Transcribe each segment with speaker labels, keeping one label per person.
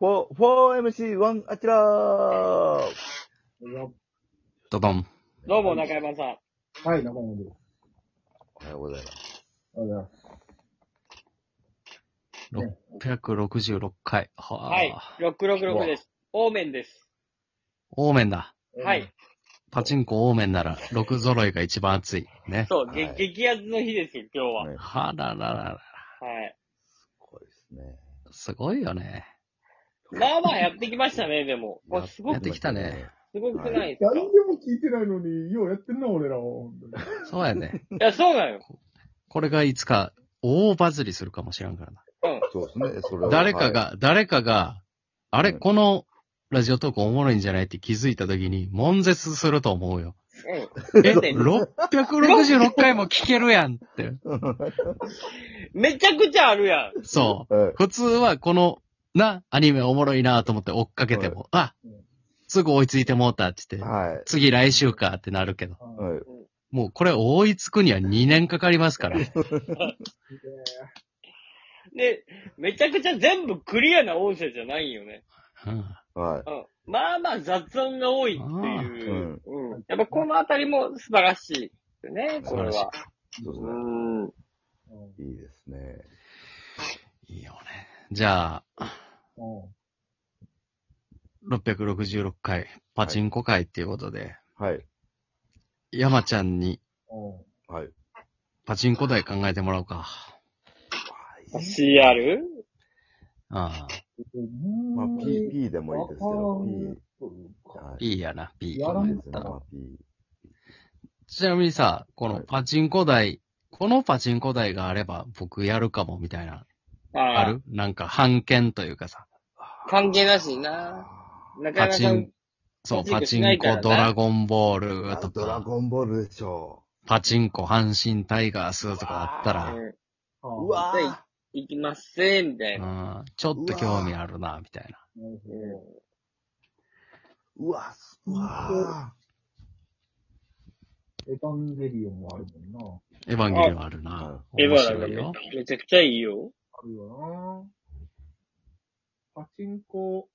Speaker 1: 4、4MC1 あちらー
Speaker 2: ドドン。
Speaker 3: どうも、中山さん。
Speaker 4: はい、中山です。
Speaker 1: おはようございます。
Speaker 4: ありがとうございます。
Speaker 2: 666回。はあ、
Speaker 3: はい。666です。オーメンです。
Speaker 2: オーメンだ。
Speaker 3: はい。
Speaker 2: パチンコオーメンなら、6揃いが一番熱い。ね。
Speaker 3: そう、
Speaker 1: はい
Speaker 3: げ激アツの日ですよ、今日は。は
Speaker 1: ね
Speaker 2: はらららら。
Speaker 3: い。
Speaker 1: これですね。
Speaker 2: すごいよね。
Speaker 3: まあまあやってきましたね、でも。これすご
Speaker 2: やっ、
Speaker 3: く
Speaker 2: てきたね。
Speaker 3: すごくないですか
Speaker 4: 誰にも聞いてないのに、ようやってんな、俺らは。本当に
Speaker 2: そうやね。
Speaker 3: いや、そうなのよ。
Speaker 2: これがいつか、大バズりするかもしらんからな。
Speaker 1: そうですね。それは
Speaker 2: 誰かが、、誰かが、あれ、
Speaker 1: うん
Speaker 2: この、ラジオトークおもろいんじゃないって気づいた時に、悶絶すると思うよ。え、
Speaker 3: そうね
Speaker 2: 666回も聞けるやんって。
Speaker 3: うん。めちゃくちゃあるやん。
Speaker 2: そう。
Speaker 1: はい
Speaker 2: 普通はこの、な、アニメおもろいなと思って追っかけても、あ
Speaker 4: うん、
Speaker 2: すぐ追いついてもうたって言って、
Speaker 1: はい。
Speaker 2: 次来週かってなるけど、
Speaker 1: はい。
Speaker 2: もうこれ追いつくには2年かかりますから。
Speaker 3: で、めちゃくちゃ全部クリアな音声じゃないよね。
Speaker 2: うん
Speaker 1: はい。
Speaker 3: うん。まあまあ雑音が多いっていう。うん
Speaker 4: ん。
Speaker 3: やっぱこのあたりも素晴らしいよね、これ
Speaker 2: 素晴
Speaker 3: は。
Speaker 1: そうです
Speaker 3: う
Speaker 1: ね。
Speaker 3: ん。
Speaker 4: うん
Speaker 1: いいですね。
Speaker 2: いいよね。じゃあ、
Speaker 4: うん
Speaker 2: 666回、パチンコ会っていうことで、
Speaker 1: はい。
Speaker 2: 山ちゃんに
Speaker 4: うん
Speaker 1: はい。
Speaker 2: パチンコ台考えてもらおうか。
Speaker 3: CR?
Speaker 2: ああ、
Speaker 1: まあ、
Speaker 4: うん
Speaker 1: PP でもいいですけど、P。はい。
Speaker 2: いいやな、P
Speaker 4: やら
Speaker 1: い
Speaker 4: ん
Speaker 1: いですね。まあ、P。
Speaker 2: ちなみにさ、こ
Speaker 1: は
Speaker 2: の
Speaker 1: い
Speaker 2: パチンコ台、このパチンコ台があれば僕やるかもみたいな、あ
Speaker 3: あ
Speaker 2: るなんか判券というかさ。
Speaker 3: 関係なしな。中
Speaker 2: パ
Speaker 3: 山
Speaker 2: チ
Speaker 3: さん
Speaker 2: ン、、そう、
Speaker 3: パ
Speaker 2: パ
Speaker 3: チ
Speaker 2: チ
Speaker 3: ンコしな
Speaker 2: ン
Speaker 3: いから
Speaker 2: コ
Speaker 3: な
Speaker 2: ドラゴンボール
Speaker 1: あ
Speaker 2: と
Speaker 1: ドラ
Speaker 2: か、
Speaker 1: ゴンボールでしょ
Speaker 2: パチンコ阪神タイガースとかあったら、
Speaker 3: うん
Speaker 1: う。う
Speaker 4: うわ。
Speaker 1: わ
Speaker 3: じゃあい行きません、みたいな。
Speaker 2: うん、ちょっと興味あるな、みたいな。
Speaker 4: なる
Speaker 3: うん
Speaker 1: うわうわ
Speaker 4: ほどエヴァンゲリオンもあるもんな。
Speaker 2: エヴァンゲリオンあるな。
Speaker 3: エヴ
Speaker 2: 面
Speaker 3: ァなん
Speaker 2: 白
Speaker 3: か
Speaker 2: いよ。
Speaker 3: めちゃくちゃいいよ。
Speaker 4: あるよな。パチンコ、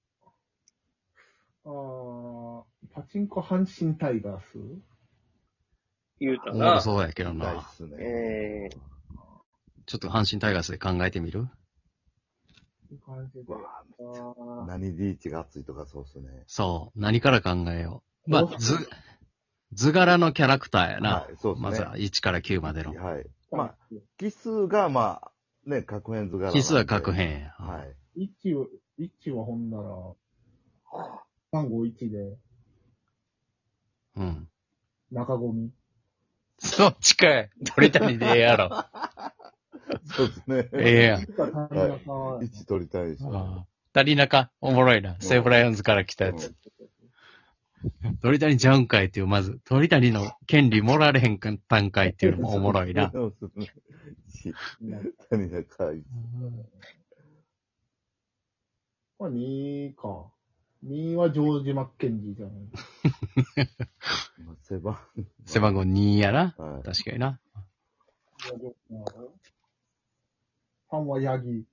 Speaker 4: あーパチンコ阪神タイガース
Speaker 3: 言うた
Speaker 2: おもろ
Speaker 3: な。
Speaker 2: そうやけど
Speaker 1: 見たいっ
Speaker 2: な。
Speaker 1: すね。
Speaker 3: えー
Speaker 2: ちょっと阪神タイガースで考えてみる
Speaker 4: いい感じで
Speaker 1: う。わ
Speaker 4: あー
Speaker 1: 何リーチが熱いとかそうっすね。
Speaker 2: そう。何から考えよう。ま
Speaker 4: お
Speaker 2: あ、図、図柄のキャラクターやな
Speaker 1: は。い、そうですね。
Speaker 2: まずは1から9までの。
Speaker 1: はい。まあ、奇数が、まあ、ね、格変図柄なんで。
Speaker 2: 奇数は確変や。
Speaker 1: はい。
Speaker 4: 一期は、一期はほんなら、三五一で、
Speaker 2: うん。
Speaker 4: 中込み。
Speaker 2: そっちかい。鳥谷でええやろ。
Speaker 1: そうですね。
Speaker 2: ええやん。
Speaker 4: いつか谷中さん、
Speaker 1: 一取りたいでしょ。
Speaker 2: ああ足りなか、おもろいな。西武ライオンズから来たやつ。鳥谷ちゃうんかいっていう、まず、鳥谷の権利もられへんかったんかいっていうのもおもろい な。
Speaker 1: そうですね。一
Speaker 4: うん
Speaker 1: 谷中一
Speaker 4: まあ二か。二はジョージ・マッケンジーじゃない。
Speaker 1: まあ背番。
Speaker 2: 背番号2やな。
Speaker 1: はい。
Speaker 2: 確かにな。
Speaker 4: 三はヤギ。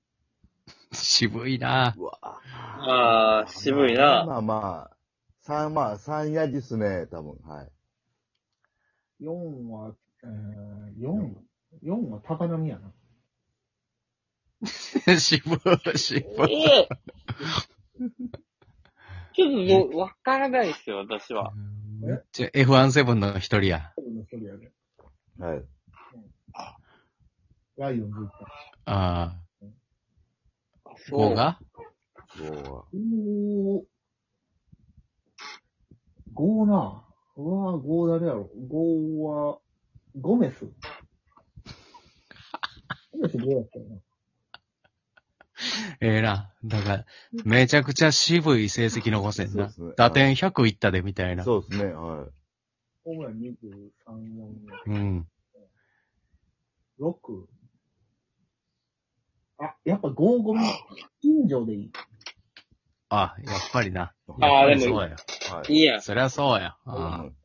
Speaker 2: 渋いな。
Speaker 1: うわ
Speaker 3: あー、渋いな。
Speaker 1: まあまあ、三、まあ、三やですね、多分。はい。
Speaker 4: 四は、えー、四四は高波やな。
Speaker 2: 渋い、渋
Speaker 3: え
Speaker 2: い。
Speaker 3: えちょっとどうわからないですよ、私は。
Speaker 2: めっちゃ F17 の一人や。
Speaker 4: 多分の一人やで。
Speaker 1: はい。
Speaker 4: ライオンズ行った。
Speaker 2: あ
Speaker 3: あ
Speaker 2: あ、5。が
Speaker 1: 五は。
Speaker 4: 五五な。うわぁ、五誰やろ。五は、ゴメス。ゴメス五やったよな。
Speaker 2: ええな。だから、めちゃくちゃ渋い成績残せんな
Speaker 1: そうですね。
Speaker 2: 打点100いったで、みたいな。
Speaker 1: そうですね、は
Speaker 4: ホームラン23、四
Speaker 2: うん。
Speaker 4: 六。あ、やっぱ五ゴメ近所でいい。
Speaker 2: あ、やっぱりな。
Speaker 1: い。
Speaker 3: あーでも
Speaker 2: そうや。
Speaker 1: はい。
Speaker 3: いいやん。
Speaker 2: そりゃそうや。ああ
Speaker 1: うん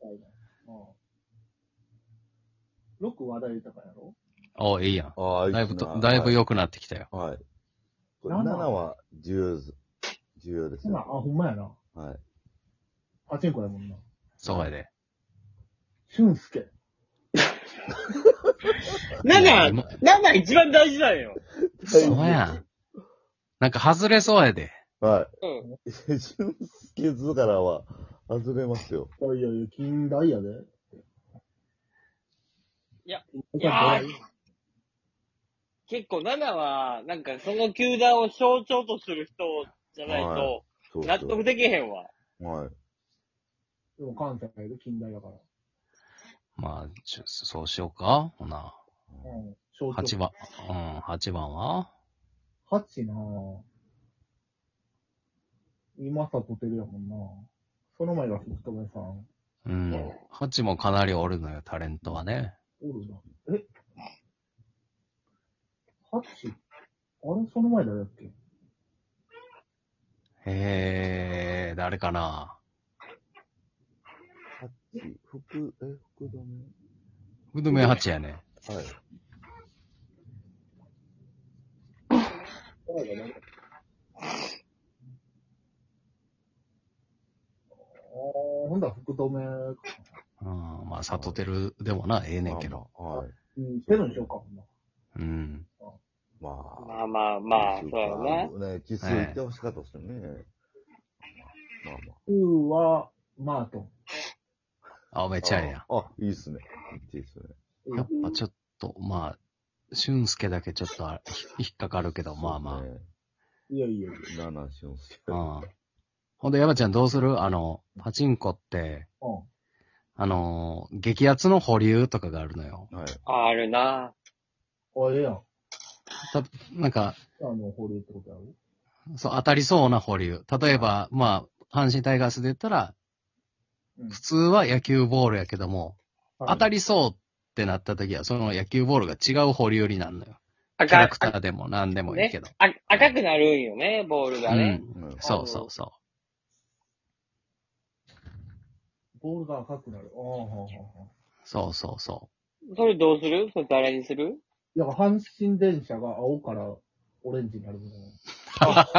Speaker 4: 六話題豊かやろ
Speaker 2: おいいやん。
Speaker 1: ああ、
Speaker 2: だいぶと、
Speaker 1: な
Speaker 2: だいぶ良くなってきたよ。
Speaker 1: はい。これ
Speaker 4: 七
Speaker 1: 7は、ジューズ。重要です
Speaker 4: ほな、
Speaker 1: よ。
Speaker 4: あ、ほんまやな。
Speaker 1: はい。
Speaker 4: パチンコやもんな。
Speaker 2: そうやで。
Speaker 4: 俊介。
Speaker 3: 7、
Speaker 2: 今
Speaker 3: 7一番大事だよ。
Speaker 2: そう やん。なんか外れそうやで。
Speaker 1: は
Speaker 3: うん。
Speaker 1: い。俊介図からは外れますよ。
Speaker 4: いやいやいや、近代やで。
Speaker 3: いや、
Speaker 4: い
Speaker 3: いやー結構7は、なんかその球団を象徴とする人じゃないと、
Speaker 1: そう
Speaker 3: 納得できへんわ。
Speaker 1: はい。
Speaker 4: でも関西やで、近代だから。
Speaker 2: まあ、ちょそうしようか。ほな。
Speaker 4: うん。象徴
Speaker 2: 8。番、うん、8番は
Speaker 4: 8なぁ。今里てるやもんなその前が福留さん。お
Speaker 2: うん。8もかなりおるのよ、タレントはね。
Speaker 4: るな。え ?8? あれその前誰だっけ
Speaker 2: えー、誰かな
Speaker 1: タッチ、服、え、服だね。
Speaker 2: 福留8やね。
Speaker 1: はい。
Speaker 4: あー、ほんだら福留か。
Speaker 2: うん、まあ、里てるでもな、ええねんけど。
Speaker 1: まあ。はい。
Speaker 4: うん、セブンしようか、ほんなら
Speaker 2: うん。
Speaker 1: ま
Speaker 3: まあまあまあ、そうやな。
Speaker 1: な。ね、奇数言ってほしかったですよね。まあまあ。
Speaker 4: 9は、マートン。
Speaker 2: あ、めっちゃええや
Speaker 1: あ、いいっすね。いいっすね。
Speaker 2: ん。やっぱちょっと、まあ、俊介だけちょっとあひ引っかかるけど、まあま
Speaker 1: そうです
Speaker 4: いやいやいや。
Speaker 1: ね。七俊介。
Speaker 2: あ。うん。ほんで、山ちゃんどうするあの、パチンコって、
Speaker 4: うん。
Speaker 2: あのー激アツの保留とかがあるのよ。
Speaker 1: はい。
Speaker 3: あるな。
Speaker 4: あ、ええやん。あ
Speaker 2: なんか、
Speaker 4: の、保留ってことやろ
Speaker 2: そう、当たりそうな保留。例えば、まあ、阪神タイガースで言ったら
Speaker 4: うん、
Speaker 2: 普通は野球ボールやけども、
Speaker 4: はい
Speaker 2: 当たりそうってなった時は、その野球ボールが違う保留になるのよ。キャ
Speaker 3: 赤
Speaker 2: ラクターでも何でもいいけど。
Speaker 3: あ赤くなるんよね、ボール
Speaker 2: う
Speaker 3: がね。
Speaker 2: ん。
Speaker 1: うん
Speaker 2: そうそうそ
Speaker 4: ボールが赤くなる。ああ、はあ、はあ。
Speaker 2: う。そうそうそ
Speaker 3: それどうするそれ誰にする
Speaker 4: いや、阪神電車が青からオレンジになるみたいな。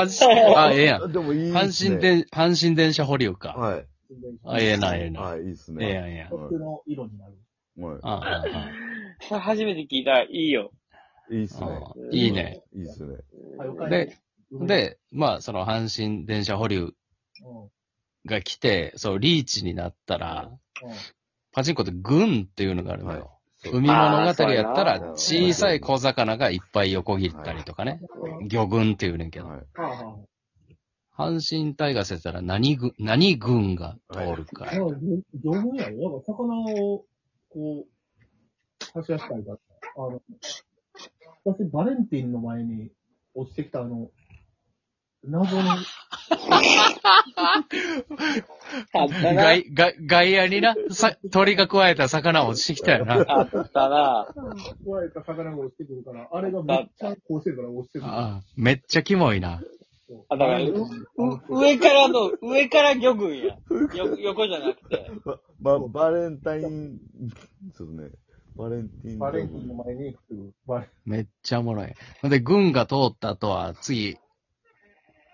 Speaker 2: う。あ、ええ やん。
Speaker 1: でもいいっすね。
Speaker 2: 阪神電、阪神電車保留か。
Speaker 1: はい。
Speaker 4: 新電車。
Speaker 2: あ、ええな、ええな。
Speaker 1: はい、いいっす
Speaker 2: ええ
Speaker 1: ね。
Speaker 2: やん、ええやん。
Speaker 4: 僕の色になる。
Speaker 1: は
Speaker 2: あああ
Speaker 3: それ初めて聞いた。いいよ。
Speaker 1: い。いいっす
Speaker 2: あ
Speaker 1: ね
Speaker 2: あ。あいいね。
Speaker 1: いいっすね。
Speaker 4: はい、お
Speaker 2: で、で、まあ、その阪神電車保留
Speaker 4: うん、うん。
Speaker 2: が来て、そう、リーチになったら、パチンコって軍っていうのがあるのよ。
Speaker 1: はい
Speaker 2: 海物語や
Speaker 1: あー
Speaker 2: った
Speaker 1: そうやな
Speaker 2: ら、小さい小魚がいっぱい横切ったりとかね。魚群っていうねんけど。
Speaker 1: はい。
Speaker 4: ああ、は
Speaker 2: 阪神タイガースやったら何軍、何軍が通るか
Speaker 4: あ。。でも、魚群やろやっぱ魚を、こう、走らせたいから。あの、私、バレンティンの前に落ちてきたあの、謎の、
Speaker 3: あったな。
Speaker 2: 外、外、外野にな、さ、鳥が食わえた魚落ちてきた よな。あ
Speaker 3: あったな。
Speaker 4: 食われた魚が落ちてくるから、あれがめっちゃ甲子園から落ちてくる。
Speaker 2: あ、めっちゃキモいな。
Speaker 3: あ、だから、う上からの、上から魚群や。よ横じゃなくて。
Speaker 1: ま、まバレンタイン、そうですね。バレンタイン。
Speaker 4: バレンティンの前に行く。バレン
Speaker 2: めっちゃおもろい。ほんで、軍が通った後は、次、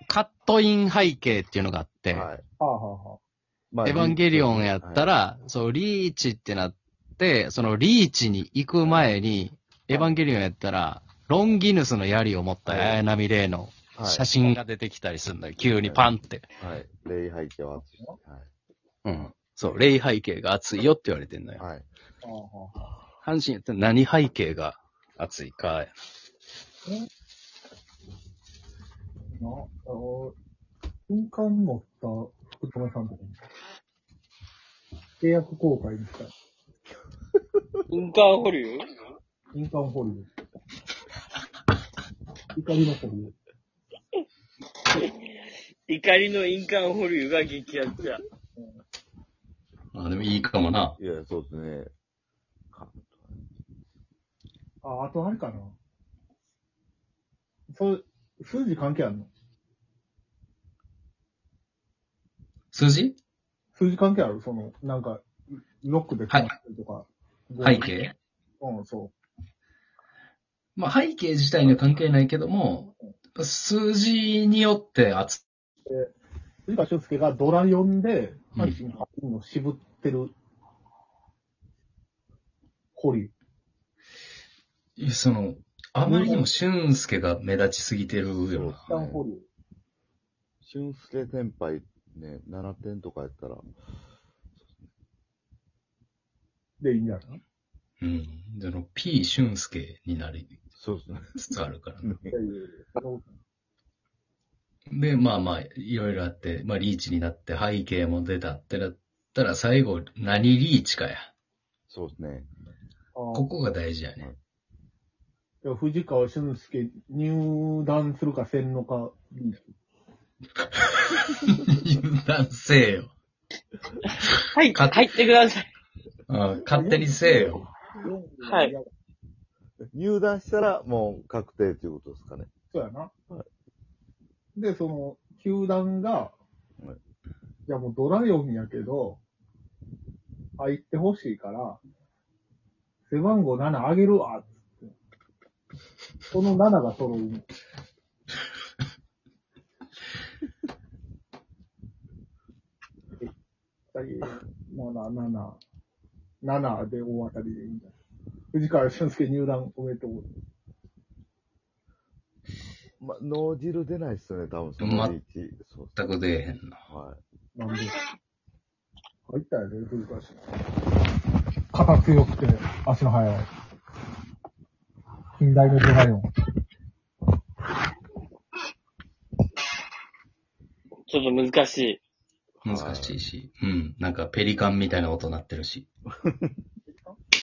Speaker 2: カットイン背景っていうのがあって、
Speaker 1: はい。
Speaker 4: はあ、はあ、はあ。
Speaker 1: まあ
Speaker 2: エヴァンゲリオンやった、ら、そう、リーチってなって、そのリーチに行く前に、エヴァンゲリオンやったら、ロンギヌスの槍を持った綾波レイの
Speaker 1: はい
Speaker 2: 写真が出てきたりするんだよ。急にパンって。
Speaker 1: はい。礼拝家は熱い。は
Speaker 2: うん。そう、霊背景が熱いよって言われてんのよ。
Speaker 1: い。はい。
Speaker 4: ああ、はあ。
Speaker 2: 阪神やったら何背景が熱いか。
Speaker 4: な、あの、瞬間乗った福留さんとかに、契約公開にした、
Speaker 3: 軍艦保留
Speaker 4: 瞬間保留。怒りの保留。
Speaker 3: 怒りの印鑑保留が激アツや。
Speaker 2: あ、でもいいかもな。
Speaker 1: いや、そうですね。か
Speaker 4: あ、あとあれかな。そう、数字関係あるの
Speaker 2: 数字
Speaker 4: 数字関係あるその、なんか、ロックで決まってるとか。
Speaker 2: 背景
Speaker 4: うん、そ
Speaker 2: まあ、背景自体には関係ないけども、数字によって熱
Speaker 4: 藤川俊介がドラ4で、阪神8人を渋ってる、堀。
Speaker 2: いやその、あまりにも俊介が目立ちすぎてるよ
Speaker 4: 一
Speaker 2: な。
Speaker 4: 旦堀。
Speaker 1: 俊介先輩ね、7点とかやったら、
Speaker 4: でいいんじゃない
Speaker 2: うん。その、P 俊介になり
Speaker 1: そうですね。
Speaker 2: つつあるからな。
Speaker 4: っていう
Speaker 2: で、まあまあ、いろいろあって、まあリーチになって背景も出たってなったら、最後、何リーチかや。
Speaker 1: そうですね。
Speaker 4: あー
Speaker 2: ここが大事やね。
Speaker 4: いや藤川俊介、入団するかせんのか。
Speaker 2: 油断せえよ。
Speaker 3: はい、
Speaker 2: か
Speaker 3: 入ってください。
Speaker 2: あ勝手にせえよ。
Speaker 3: はい。
Speaker 1: 入団したらもう確定ということですかね。
Speaker 4: そうやな。
Speaker 1: は
Speaker 4: で、その、球団が、
Speaker 1: い
Speaker 4: いやもうドラゴンやけど、入ってほしいから、背番号7あげるわっつって。この7が揃うの。え7、7、7で大当たりでいいんだ。藤川俊介入団おめでとう。
Speaker 1: まあ、脳汁出ないっすよね、多分そ
Speaker 2: ま
Speaker 1: のリーチ。そう
Speaker 2: 全く出えへんな。
Speaker 1: は
Speaker 4: なんで入ったよね、古川氏。肩強くて、足の速い。近代のドライオン。
Speaker 3: ちょっと難しい。
Speaker 2: 難しいし。うん。なんかペリカンみたいな音鳴ってるし。